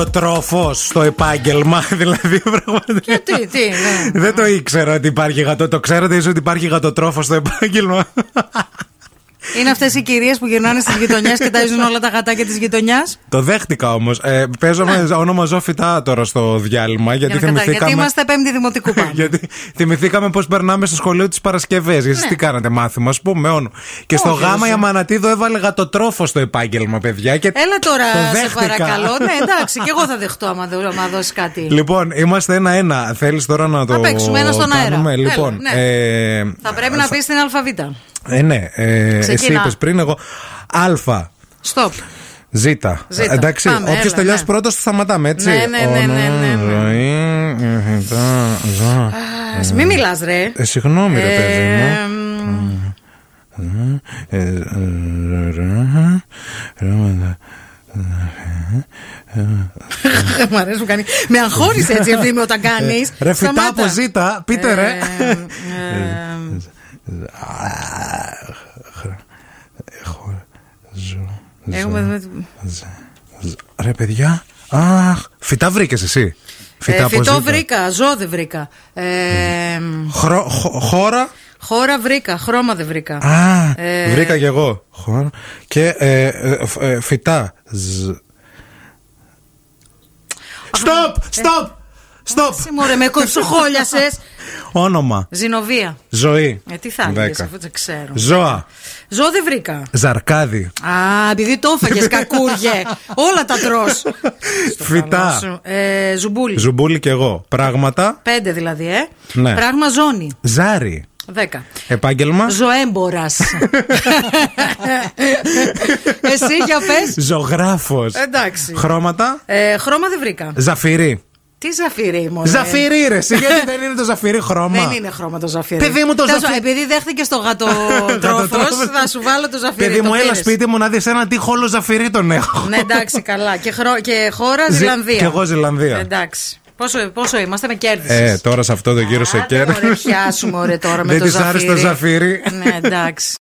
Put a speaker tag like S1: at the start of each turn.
S1: γατοτρόφο στο επάγγελμα. δηλαδή, πραγματικά.
S2: Τι, τι, ναι.
S1: Δεν το ήξερα ότι υπάρχει γατό. Το ξέρατε ίσω ότι υπάρχει γατοτρόφος στο επάγγελμα.
S2: Είναι αυτές οι κυρίες που γυρνάνε στις γειτονιές και ταΐζουν όλα τα γατάκια της γειτονιάς.
S1: Το δέχτηκα όμως. Ε, παίζαμε όνομα ζώφιτά τώρα στο διάλειμμα. Γιατί
S2: Ναι. Γιατί
S1: θυμηθήκαμε.
S2: είμαστε πέμπτη δημοτικού πάνω.
S1: Γιατί θυμηθήκαμε πώς περνάμε στο σχολείο τι Παρασκευέ. Γιατί τι κάνατε, μάθημα, ας πούμε, όνο. Και στο
S2: Ναι. Όχι,
S1: γάμα
S2: όχι.
S1: η Αμανατίδο έβαλε γατοτρόφο στο επάγγελμα, παιδιά. Και
S2: Έλα τώρα,
S1: το
S2: σε
S1: δέχτηκα.
S2: παρακαλώ. Ναι, εντάξει, και εγώ θα δεχτώ άμα, δω- άμα δώσει κάτι.
S1: Λοιπόν, είμαστε ένα-ένα. Θέλεις τώρα να το.
S2: παίξουμε ένα στον αέρα.
S1: κάνουμε?
S2: Έλα,
S1: Λοιπόν,
S2: ναι.
S1: ε,
S2: Θα πρέπει να πεις την ΑΒ.
S1: ε, ναι, ε, εσύ
S2: Ξεκινά.
S1: είπες πριν, εγώ. Α,
S2: Στοπ.
S1: Ζ.
S2: Ζήτα.
S1: Εντάξει,
S2: Πάμε,
S1: όποιος
S2: έλα,
S1: τελειώσει
S2: ναι.
S1: πρώτος το σταματάμε, έτσι.
S2: Ναι, ναι, ναι, ναι, ναι, ναι.
S1: Ωραία, ε, τα, ζα.
S2: Μην μιλάς, ρε.
S1: Ε, Συγγνώμη, ρε παιδί μου.
S2: Ε, μ, Μ' αρέσει που κάνει. Με αγχώρησε έτσι αυτή με όταν κάνει.
S1: Ρε φυτά από ζήτα, πείτε ρε. Έχω ζω. Ρε παιδιά, αχ, φυτά βρήκες εσύ. Φυτά από
S2: Ε, Φυτό
S1: ζήτα.
S2: βρήκα, ζώο δεν βρήκα. Ε, μ,
S1: Χρο- χο- Χώρα,
S2: Χώρα βρήκα, χρώμα δεν βρήκα.
S1: α,
S2: Ε,
S1: βρήκα κι εγώ. Χώρα και ε, ε, φ- ε, φυτά. Ζ. Stop,
S2: ε.
S1: stop,
S2: Εσύ
S1: stop.
S2: μου ρε, με κοψοχόλιασες.
S1: Όνομα,
S2: Ζηνοβία.
S1: ζωή.
S2: Ε, τι θα έλεγες
S1: Δέκα.
S2: αφού δεν ξέρω.
S1: Ζώα,
S2: Ζώο δεν βρήκα.
S1: ζαρκάδι,
S2: Α, επειδή το έφαγες κακούργε. Όλα τα τρως.
S1: φυτά.
S2: Σου, ε, ζουμπούλι.
S1: Ζουμπούλι και εγώ. Πράγματα.
S2: Πέντε δηλαδή, ε.
S1: Ναι.
S2: Πράγμα ζώνη.
S1: Ζάρι.
S2: Δέκα.
S1: Επάγγελμα.
S2: Ζωέμπορας. Εσύ για πες.
S1: Ζωγράφος.
S2: Εντάξει.
S1: Χρώματα.
S2: Ε, χρώμα δεν βρήκα.
S1: Ζαφυρί.
S2: Τι ζαφυρί, μωρέ.
S1: Ζαφυρί, ρε. εσύ, Γιατί δεν είναι το ζαφυρί χρώμα.
S2: Δεν είναι χρώμα το ζαφύρι.
S1: Παιδί μου, το
S2: Τέλος
S1: ζαφύρι-
S2: πάντων, Επειδή δέχτηκε το
S1: Θα το
S2: γατοτρόφο,
S1: τρώμε.
S2: θα σου βάλω το ζαφύρι.
S1: Παιδί
S2: το
S1: μου, έλα
S2: πήρες.
S1: σπίτι μου να δεις ένα τι χόλο ζαφυρί τον έχω.
S2: Ναι, εντάξει, καλά. Και, χρο... και χώρα
S1: Ζη-
S2: Ζηλανδία.
S1: Κι εγώ Ζηλανδία.
S2: Εντάξει. Πόσο, πόσο είμαστε, με κέρδισες.
S1: Ε, τώρα σε αυτό το γύρο σε
S2: Άντε,
S1: κέρδισε.
S2: μωρέ, πιάσουμε, ωραία, τώρα με
S1: Δεν
S2: το
S1: της
S2: ζαφύρι.
S1: άρεσε το ζαφύρι.
S2: Ναι, εντάξει.